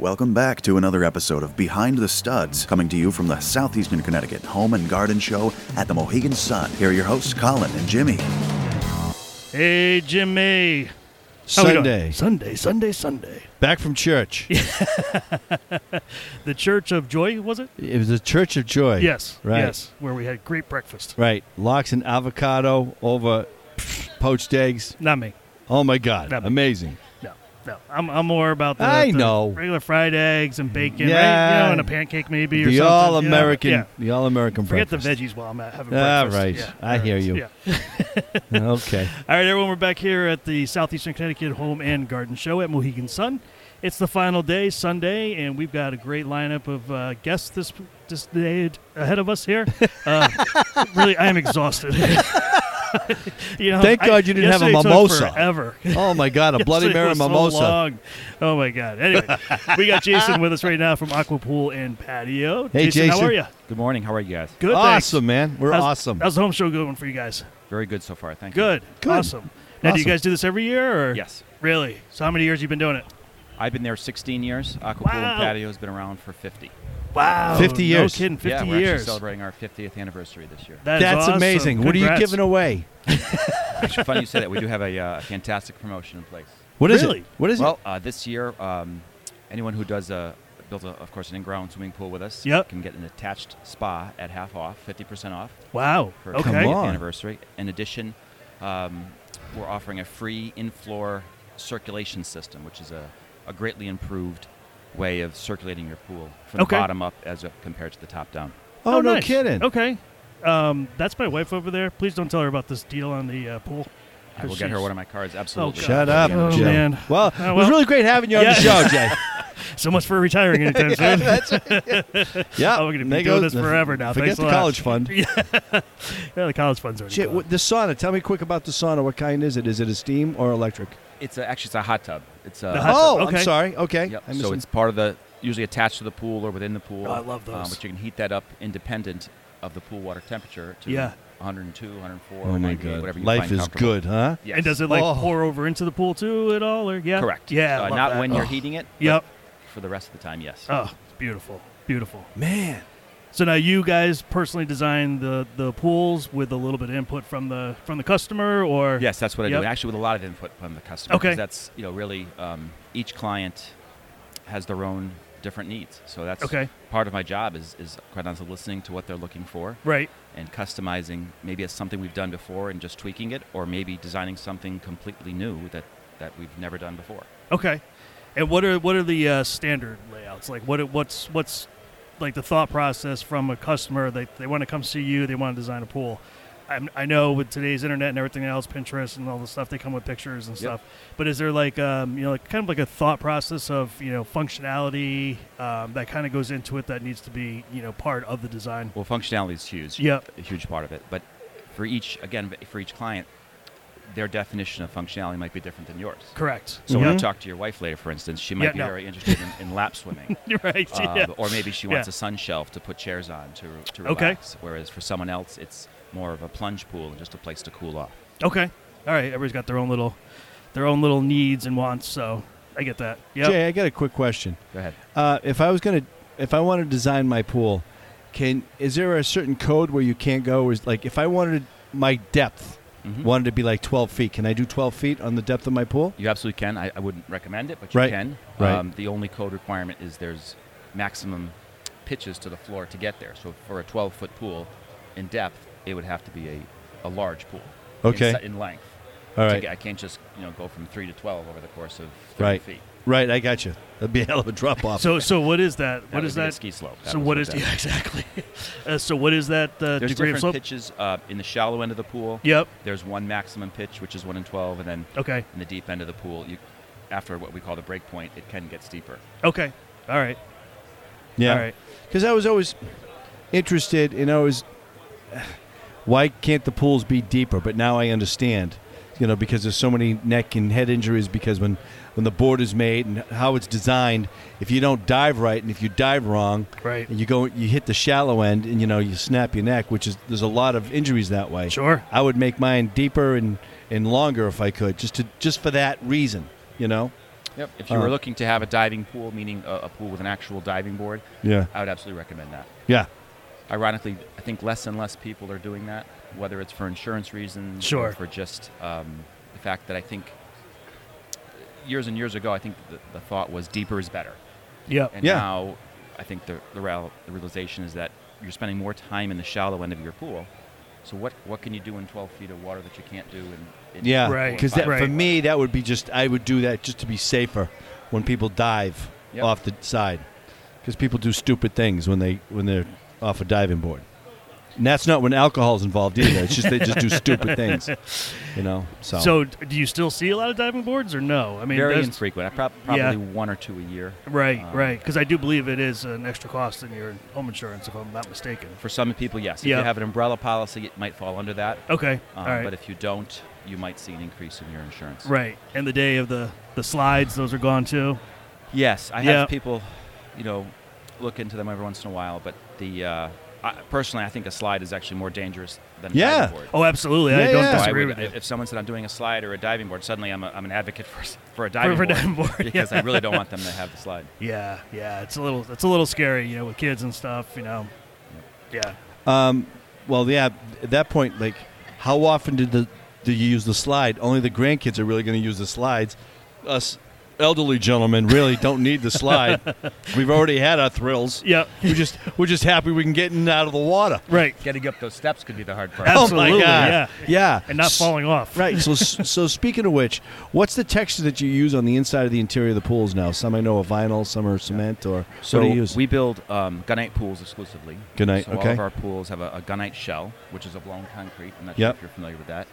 Welcome back to another episode of Behind the Studs, coming to you from the Southeastern Connecticut Home and Garden Show at the Mohegan Sun. Here are your hosts, Colin and Jimmy. Hey, Jimmy. How we doing? Sunday, Sunday, Sunday, Sunday. back from church. The Church of Joy, was it? It was the Church of Joy. Yes. Right. Yes. Where we had great breakfast. Right. Lox and avocado over poached eggs. Not me. Oh my God! That'd be- Amazing. No. No. I'm, I'm more about the, I the know. regular fried eggs and bacon, right? You Yeah. know, and a pancake maybe or The something. all American. Yeah. yeah. The all American Forget breakfast. the veggies while I'm at having Ah, breakfast. right. Yeah. I hear you. Yeah. okay. All right, everyone, we're back here at the Southeastern Connecticut Home and Garden Show at Mohegan Sun. It's the final day, Sunday, and we've got a great lineup of uh, guests this this day ahead of us here. Uh, really, I am exhausted. you know, Thank I- God you didn't have a yesterday took mimosa. Forever. Oh my God! A Bloody Yesterday Mary was so mimosa. long. Oh my God! Anyway, we got Jason with us right now from Aquapool and Patio. Hey, how Jason. are you? Good morning. How are you guys? Good. thanks. awesome, man. We're How's, awesome. How's the home show going for you guys? Very good so far. Thank you. Good. Good. Awesome. Now, do you Awesome. guys do this every year? Or? Yes. Really? So, how many years you been doing it? I've been there 16 years. Aquapool Wow. and Patio has been around for 50. Wow. 50 years. No kidding. 50 yeah, we're years. actually celebrating our 50th anniversary this year. That is That's awesome. amazing. What are you Congrats. giving away? Actually, funny you say that. We do have a uh, fantastic promotion in place. What is Really? it? What is well, Uh, this year, um, anyone who does a built, a, of course, an in-ground swimming pool with us Yep. can get an attached spa at half off, 50% off Wow. for our Okay. Come 50th on. anniversary. In addition, um, we're offering a free in-floor circulation system, which is a, a greatly improved way of circulating your pool from Okay. the bottom up as a, compared to the top down. it? Oh, no nice. kidding. Okay. Um, that's my wife over there. Please don't tell her about this deal on the uh, pool. I will get her one of my cards. Absolutely. God. Shut up, Oh, Jim. man. Well, Uh, it was well- really great having you on Yeah. the show, Jay. So much for retiring anytime soon. Yeah, Oh, we're gonna be There doing goes this the- forever now. Forget Thanks a the lot. college fund. yeah, the college funds are. Jay, what, the sauna. Tell me quick about the sauna. What kind is it? Is it a steam or electric? It's a, actually it's a hot tub. It's a The hot oh, tub, okay. I'm sorry. Okay. Yep. I So misun- it's part of the usually attached to the pool or within the pool. Oh, I love Um, those. but you can heat that up independent of the pool water temperature to Yeah. 102, 104, oh my 98, god. whatever you Life find is comfortable. good, huh? Yes. And does it like Oh. pour over into the pool too at all? Or yeah. Correct. Yeah. Uh, love not that. Oh. when you're heating it. but Yep. For the rest of the time, yes. Oh, it's beautiful. Beautiful. Man. So now you guys personally design the the pools with a little bit of input from the from the customer, or Yes, that's what I Yep. do. Actually, with a lot of input from the customer. 'cause Okay. That's you know really um, each client has their own different needs. So that's Okay. part of my job is is quite honestly listening to what they're looking for right? and customizing. Maybe it's something we've done before and just tweaking it, or maybe designing something completely new that that we've never done before. Okay. And what are what are the uh, standard layouts like? What what's what's like the thought process from a customer? They they want to come see you. They want to design a pool. I'm, I know with today's internet and everything else, Pinterest and all the stuff, they come with pictures and Yep. stuff. But is there like um, you know like kind of like a thought process of you know functionality um, that kind of goes into it that needs to be you know part of the design? Well, functionality is huge. Yep. a huge part of it. But for each again for each client, their definition of functionality might be different than yours. Correct. So when Yeah. Mm-hmm. you talk to your wife later, for instance, she might Yeah, be no. very interested in, in lap swimming. right. Um, yeah. Or maybe she wants Yeah. a sun shelf to put chairs on to, to Okay. relax. Whereas for someone else, it's more of a plunge pool and just a place to cool off. Okay. All right. Everybody's got their own little, their own little needs and wants. So I get that. Yeah. Jay, I got a quick question. Go ahead. Uh, if I was gonna, if I want to design my pool, can is there a certain code where you can't go? Or is, like if I wanted my depth Mhm. wanted to be like 12 feet, can I do 12 feet on the depth of my pool? You absolutely can. I, I wouldn't recommend it, but you Right. can. Um, Right. the only code requirement is there's maximum pitches to the floor to get there. So for a 12 foot pool in depth, it would have to be a, a large pool. in Okay. si- In, length. All To right, get- I can't just you know go from three to 12 over the course of 30 right, feet. right. I got you. That'd be a hell of a drop off. So so what is that? That What would is be a that? ski slope. That So was what what is that yeah exactly? Uh, so what is that uh, There's degree of different slope? pitches uh, in the shallow end of the pool. Yep. There's one maximum pitch, which is one in 12, and then Okay. in the deep end of the pool, you, after what we call the break point, it can get steeper. Okay. All right. All yeah, right. because I was always interested, and I was, why can't the pools be deeper? But now I understand. You know, because there's so many neck and head injuries. Because when when the board is made and how it's designed, if you don't dive right and if you dive wrong, Right. And you go, you hit the shallow end, and you know you snap your neck, which is there's a lot of injuries that way. Sure. I would make mine deeper and and longer if I could, just to just for that reason, you know. Yep. If you Uh, were looking to have a diving pool, meaning a, a pool with an actual diving board, Yeah. I would absolutely recommend that. Yeah. Ironically, I think less and less people are doing that, whether it's for insurance reasons Sure. or for just um, the fact that I think years and years ago, I think the, the thought was deeper is better. Yeah. And Yeah. now I think the, the, real, the realization is that you're spending more time in the shallow end of your pool. So what, what can you do in 12 feet of water that you can't do in, in Yeah. four or Right. Because that five for Right. feet? me that would be just I would do that just to be safer when people dive Yep. off the side because people do stupid things when they when they're off a diving board. And that's not when alcohol's involved either. It's just they just do stupid things, you know. So, So, d- do you still see a lot of diving boards or no? I mean, very there's- infrequent. I prob- probably Yeah. one or two a year. right, Um, right. Because I do believe it is an extra cost in your home insurance, if I'm not mistaken. For some people, yes. If Yeah. you have an umbrella policy, it might fall under that. Okay, Um, all right, But if you don't, you might see an increase in your insurance. right. And the day of the the slides, those are gone too. Yes, I Yeah. have people, you know, look into them every once in a while. But the uh, I, personally, I think a slide is actually more dangerous than a Yeah. diving board. Oh, absolutely. I Yeah, don't yeah. So I disagree would- with if- you. If someone said I'm doing a slide or a diving board, suddenly I'm, a, I'm an advocate for, s- for a diving for a board, diving board, yeah. because I really don't want them to have the slide. Yeah, yeah. It's a little it's a little scary, you know, with kids and stuff. You know. Yeah. um, well, yeah. At that point, like, how often did the do you use the slide? Only the grandkids are really going to use the slides. Us elderly gentlemen really don't need the slide. We've already had our thrills. Yep. We're just we're just happy we can get in and out of the water. Right. Getting up those steps could be the hard part. Ab- oh Absolutely, my god! yeah. yeah, And not S- falling off. Right. So, so speaking of which, what's the texture that you use on the inside of the interior of the pools now? Some I know are vinyl, some are cement, or So what do you use? we build um, gunite pools exclusively. Gunite, So all okay. of our pools have a, a gunite shell, which is a blown concrete. I'm not Yep. sure if you're familiar with that.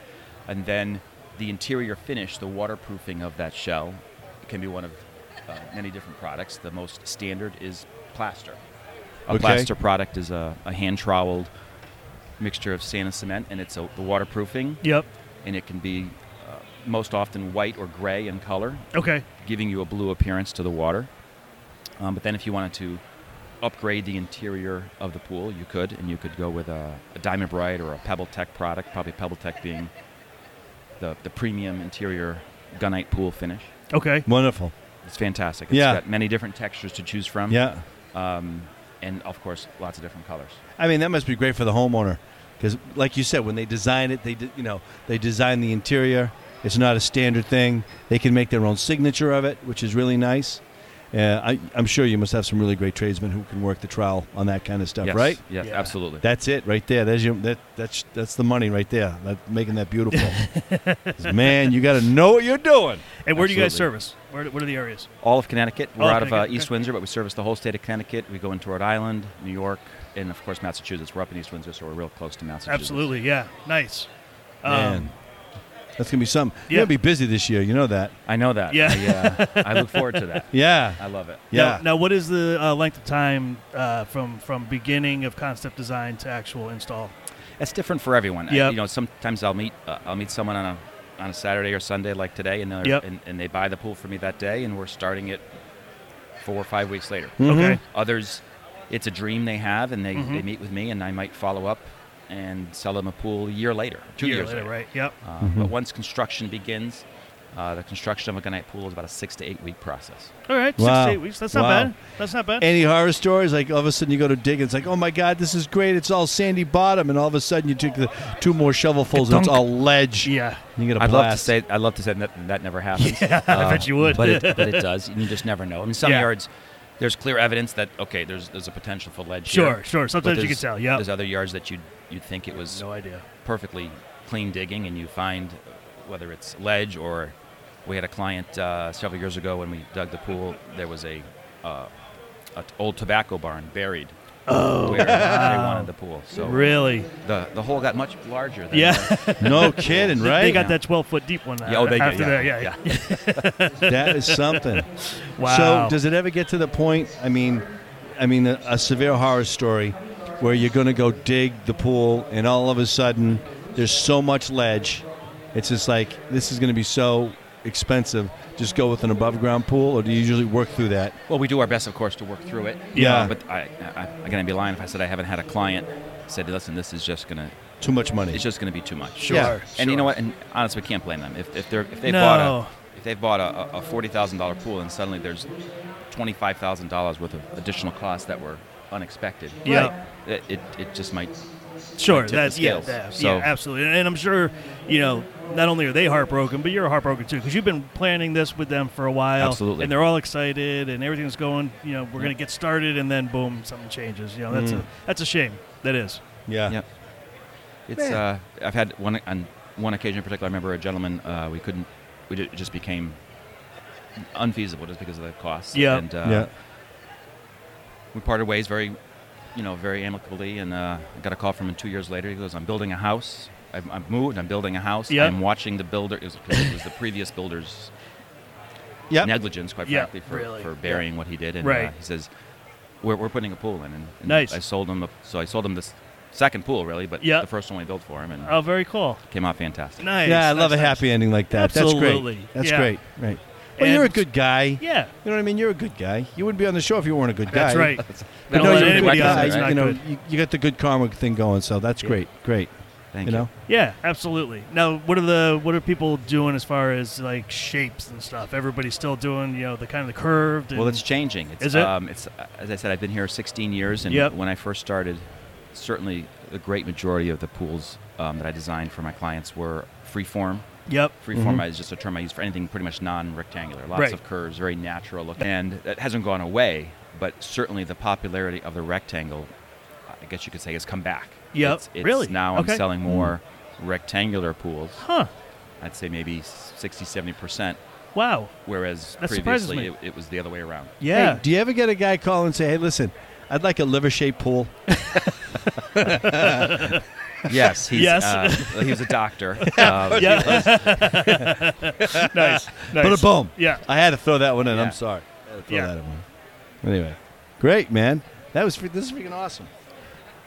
And then the interior finish, the waterproofing of that shell, can be one of uh, many different products. The most standard is plaster. A Okay. plaster product is a, a hand troweled mixture of sand and cement, and it's a, the waterproofing, Yep. and it can be uh, most often white or gray in color Okay. giving you a blue appearance to the water. Um, but then if you wanted to upgrade the interior of the pool, you could, and you could go with a, a Diamond Bright or a Pebble Tech product, probably Pebble Tech being the, the premium interior gunite pool finish. Okay. Wonderful. It's fantastic. It's Yeah. got many different textures to choose from. Yeah. Um, and of course, lots of different colors. I mean, that must be great for the homeowner because, like you said, when they design it, they de- you know they design the interior. It's not a standard thing. They can make their own signature of it, which is really nice. Uh, I, I'm sure you must have some really great tradesmen who can work the trowel on that kind of stuff, Yes. right? Yes, Yeah. absolutely. That's it right there. There's your that that's that's the money right there. That making that beautiful. 'Cause, man, you got to know what you're doing. And where do you guys Absolutely. service? Where, what are the areas? All of Connecticut. We're All of out of uh, Connecticut, East okay. Windsor, but we service the whole state of Connecticut. We go into Rhode Island, New York, and of course Massachusetts. We're up in East Windsor, so we're real close to Massachusetts. Absolutely. Yeah. Nice. Man, that's gonna be something. Um, yeah. You're gonna be busy this year. You know that. I know that. Yeah. I, uh, I look forward to that. Yeah, I love it. yeah. Now, now what is the uh, length of time uh, from from beginning of concept design to actual install? It's different for everyone. I- Yep. you know, sometimes I'll meet uh, I'll meet someone on a on a Saturday or Sunday like today, and, they're- Yep. and and they buy the pool for me that day, and we're starting it four or five weeks later. Mm-hmm. Okay. Others, it's a dream they have, and they, Mm-hmm. they meet with me, and I might follow up and sell them a pool a year later, two Year years later, right? Mm-hmm. Yep. Uh, But once construction begins, uh, the construction of a gunite pool is about a six to eight week process. All right. Wow. Six to eight weeks. That's not Wow. bad. That's not bad. Any horror stories? Like all of a sudden you go to dig, and it's like, oh my god, this is great. It's all sandy bottom, and all of a sudden you take the two more shovelfuls, and it's Ka-dunk. all ledge. yeah. You get a I'd blast. love to say I'd love to say that that never happens. Uh, I bet you would. but it, but it does. You just never know. In some Yeah. yards, there's clear evidence that okay, there's there's a potential for ledge. Sure, here, sure. but Sometimes you there's- can tell, yeah. there's other yards that you you'd think it was No idea. perfectly clean digging, and you find uh, whether it's ledge or we had a client uh, several years ago when we dug the pool. There was a uh, an old tobacco barn buried. Oh, where they wanted the pool. So Really? the the hole got much larger. Than Yeah. no kidding, right? They got Yeah. that 12 foot deep one. uh, Yeah, oh, they after yeah, that, yeah, yeah. that is something. Wow. So does it ever get to the point? I mean, I mean, a, a severe horror story where you're going to go dig the pool, and all of a sudden there's so much ledge. It's just like this is going to be so expensive. Just go with an above ground pool, or do you usually work through that? Well, we do our best, of course, to work through it. Yeah. Uh, but I, I, I'm gonna be lying if I said I haven't had a client said, "Listen, this is just gonna, Too much money. it's just gonna be too much." Sure. Yeah. And you know sure. what? And honestly, we can't blame them if, if they're if they no. bought if they've bought a, a- a forty thousand dollar pool and suddenly there's twenty five thousand dollars worth of additional costs that were unexpected, Yeah. it, it, it just might Sure, tip the that's yeah, scales. yeah, So- yeah, absolutely. And, and I'm sure, you know, not only are they heartbroken, but you're heartbroken too because you've been planning this with them for a while. Absolutely. and they're all excited and everything's going. You know, we're gonna get started, and then boom, something changes. You know, Mm. that's a that's a shame. That is. Yeah. Yep. uh, It's uh, I've had one on one occasion in particular. I remember a gentleman uh, we couldn't we ju- it just became unfeasible just because of the cost. Yeah. And uh, Yeah. we parted ways very, you know, very amicably. And uh, I got a call from him two years later. He goes, "I'm building a house. I've, I've moved. I'm building a house. Yeah. I'm watching the builder. It was, it was the previous builder's Yep. negligence, quite Yeah, frankly, for, really. for burying what he did. And Right. uh, he says, we're, we're putting a pool in. And, and Nice. I sold him, a, so I sold him this second pool, really, but Yeah. the first one we built for him, and Oh, very cool. came out fantastic. Nice. yeah, I love nice, a nice. happy ending like that. Absolutely. That's great. That's Yeah. great. Right. Well, And- you're a good guy. You Yeah. know what I mean? You're a good guy. You wouldn't be on the show if you weren't a good guy. That's right. But Don't no, let you're a good anybody else guy. that's not You know, good. you, you got the good karma thing going, so that's great. Great. Thank you you. know? Yeah, absolutely. Now, what are the what are people doing as far as like shapes and stuff? Everybody's still doing you know the kind of the curved. And, Well, it's changing. It's, Is it? Um, it's uh, as I said, I've been here 16 years, and Yep. when I first started, certainly the great majority of the pools um, that I designed for my clients were freeform. yep. Freeform is just a term I use for anything pretty much non-rectangular. Lots Mm-hmm. Right. of curves, very natural looking, and that hasn't gone away. But certainly the popularity of the rectangle, I guess you could say, has come back. Yep. It's, it's Really? Now Okay. Mm. I'm selling more rectangular pools. Huh. I'd say maybe 60, 70 percent, Wow. whereas That surprises previously me. it, it was the other way around. Yeah. Hey, do you ever get a guy call and say, hey, listen, I'd like a liver shaped pool? Yes, he's, Yes. Uh, he was a doctor. Um, yeah. nice. Nice. But a boom. Yeah. I had to throw that one in. Yeah. I'm sorry. I had to throw Yeah. that in. Anyway, great, man. That was fre- this is freaking awesome.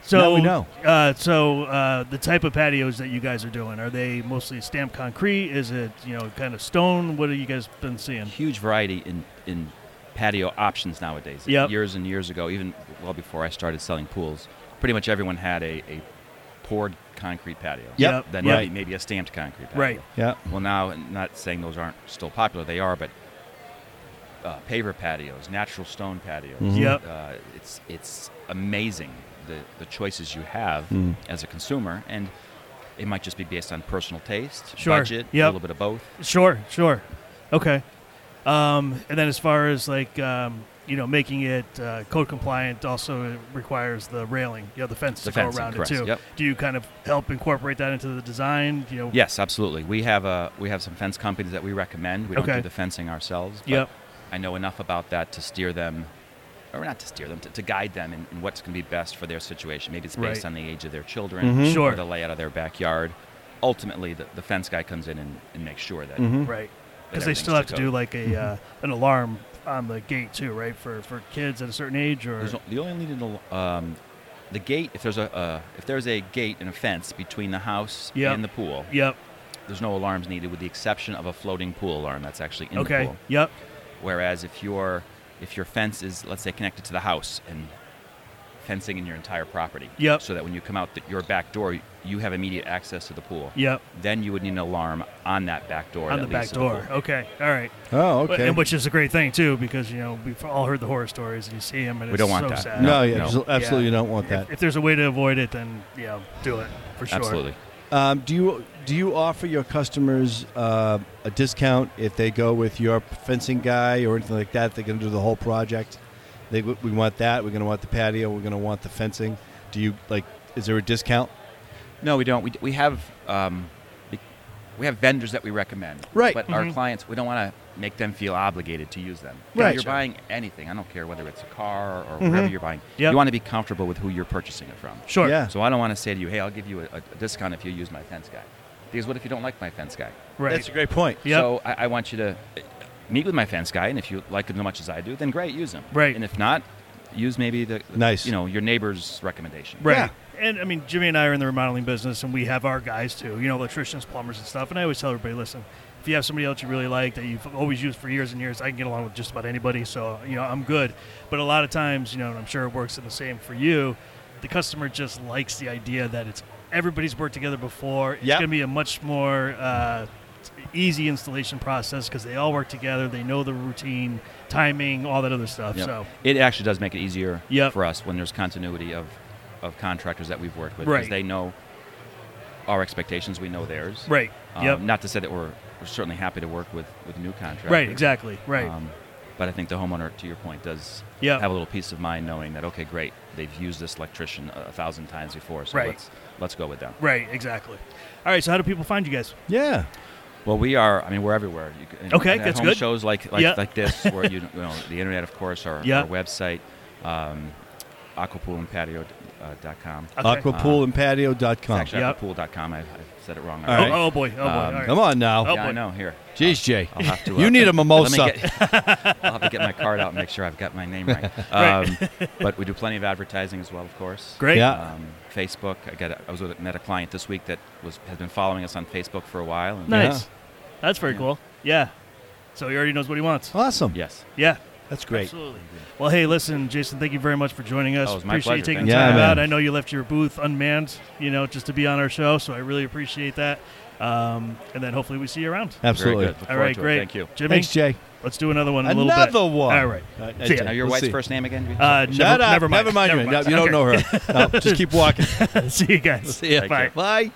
So Now we know. Uh, so uh, the type of patios that you guys are doing are they mostly stamped concrete? Is it you know kind of stone? What have you guys been seeing? Huge variety in, in patio options nowadays. Yep. Years and years ago, even well before I started selling pools, pretty much everyone had a, a poured concrete patio. Yep. Then Yep. maybe, maybe a stamped concrete patio. Right. Yeah. Well, now, and not saying those aren't still popular, they are, but uh, paver patios, natural stone patios. Yep. Uh, it's, it's amazing the, the choices you have as a consumer, and it might just be based on personal taste, Sure. budget, Yep. a little bit of both. Sure, sure. Okay. Um, and then as far as like um, you know, making it uh, code compliant also requires the railing, you know, the fence The to go fencing, around correct, it too. yep. Do you kind of help incorporate that into the design? You know. Yes, absolutely. We have a we have some fence companies that we recommend. We don't Okay. do the fencing ourselves. but Yep. I know enough about that to steer them, or not to steer them, to, to guide them in, in what's going to be best for their situation. Maybe it's based Right. Mm-hmm. on the age of their children, Mhm. Sure. or the layout of their backyard. Ultimately, the, the fence guy comes in and, and makes sure that. Mm-hmm. Right. that Because they everything's still have to to code. do like a Mm-hmm. uh, an alarm on the gate too, right? For for kids at a certain age or There's o- you only need a, um, the gate. If there's a uh, if there's a gate and a fence between the house Yep. and the pool, Yep. there's no alarms needed, with the exception of a floating pool alarm that's actually in the Okay. pool. Yep. Whereas if your if your fence is let's say connected to the house and fencing in your entire property, Yep. so that when you come out th- your back door, you have immediate access to the pool. Yep. Then you would need an alarm on that back door. On that the leads back to door. pool. Okay. All right. Oh, But- okay. And which is a great thing too, because you know we've all heard the horror stories. and You see them, and We it's don't want so that. sad. no, No, yeah, no. abso- absolutely, Yeah. don't want that. If, if there's a way to avoid it, then you know, do it for Oh, sure. Absolutely. Um, do you do you offer your customers uh, a discount if they go with your fencing guy or anything like that? They're going to do the whole project. They we want that. We're going to want the patio. We're going to want the fencing. Do you like? Is there a discount? No, we don't. We, d- we have um, be- we have vendors that we recommend. Right. But Mm-hmm. our clients, we don't want to make them feel obligated to use them. If Right. You're buying anything. I don't care whether it's a car or whatever you're buying. Mm-hmm. Yep. You want to be comfortable with who you're purchasing it from. Sure. Yeah. So I don't want to say to you, hey, I'll give you a, a discount if you use my fence guy. Because what if you don't like my fence guy? Right. That's a great point. Yep. So I, I want you to uh, meet with my fence guy, and if you like him as much as I do, then great, use him. Right. And if not, use maybe the Nice. you know your neighbor's recommendation. right. Yeah. And I mean, Jimmy and I are in the remodeling business, and we have our guys too. You know, electricians, plumbers, and stuff. And I always tell everybody, listen, if you have somebody else you really like that you've always used for years and years, I can get along with just about anybody. So you know, I'm good. But a lot of times, you know, and I'm sure it works in the same for you. The customer just likes the idea that it's everybody's worked together before. It's Yep. going to be a much more uh, easy installation process because they all work together. They know the routine, timing, all that other stuff. Yep. So it actually does make it easier Yep. for us when there's continuity of, of contractors that we've worked with Right. they know our expectations, we know theirs. right, Um, yep, Not to say that we're, we're certainly happy to work with, with new contractors. right, exactly, right, Um, but I think the homeowner, to your point, does Yep. have a little peace of mind knowing that okay, great, they've used this electrician a a thousand times before, so Right. let's let's go with them. right, exactly. All right, so how do people find you guys? Yeah. Well, we are. I mean, we're everywhere. You can, Okay, and at that's home good. Shows like like, Yeah. like this, where you, you know the internet, of course, our, Yeah. our website, um, aquapoolandpatio.com. Uh, dot com. Okay. Aquapoolandpatio.com. Actually, Yep. aquapool.com. I, I said it wrong. All Oh, right. already. oh boy, oh boy. all right. Um, Come on now. Oh, yeah, I boy. know. Here, Jeez, Jay. I'll have to. uh, You need a let me- let me mimosa. get- I'll have to get my card out and make sure I've got my name right. Right. Um, but we do plenty of advertising as well, of course. Great. Yeah. Um, Facebook. I got. A, I was with, met a client this week that was has been following us on Facebook for a while. And Nice. That's very Yeah. cool. Yeah. So he already knows what he wants. Awesome. Yes. Yeah. That's great. Absolutely. Well, hey, listen, Jason, thank you very much for joining us. Oh, it was my appreciate you pleasure. taking Thank you. time Yeah, out. man. I know you left your booth unmanned, you know, just to be on our show, so I really appreciate that. Um, and then hopefully we see you around. Absolutely. Very good. Look All forward right, to it. great. Thank you. Jimmy, Thanks, Jay. let's do another one in a little bit. Another one. All right. All right, See ya. Now, your We'll wife's see. first name again? Uh, Shut never, up. Never mind. Never mind. your name. No, you don't know her. No, just keep walking. know. see you guys. See ya. Take Bye. care. Bye.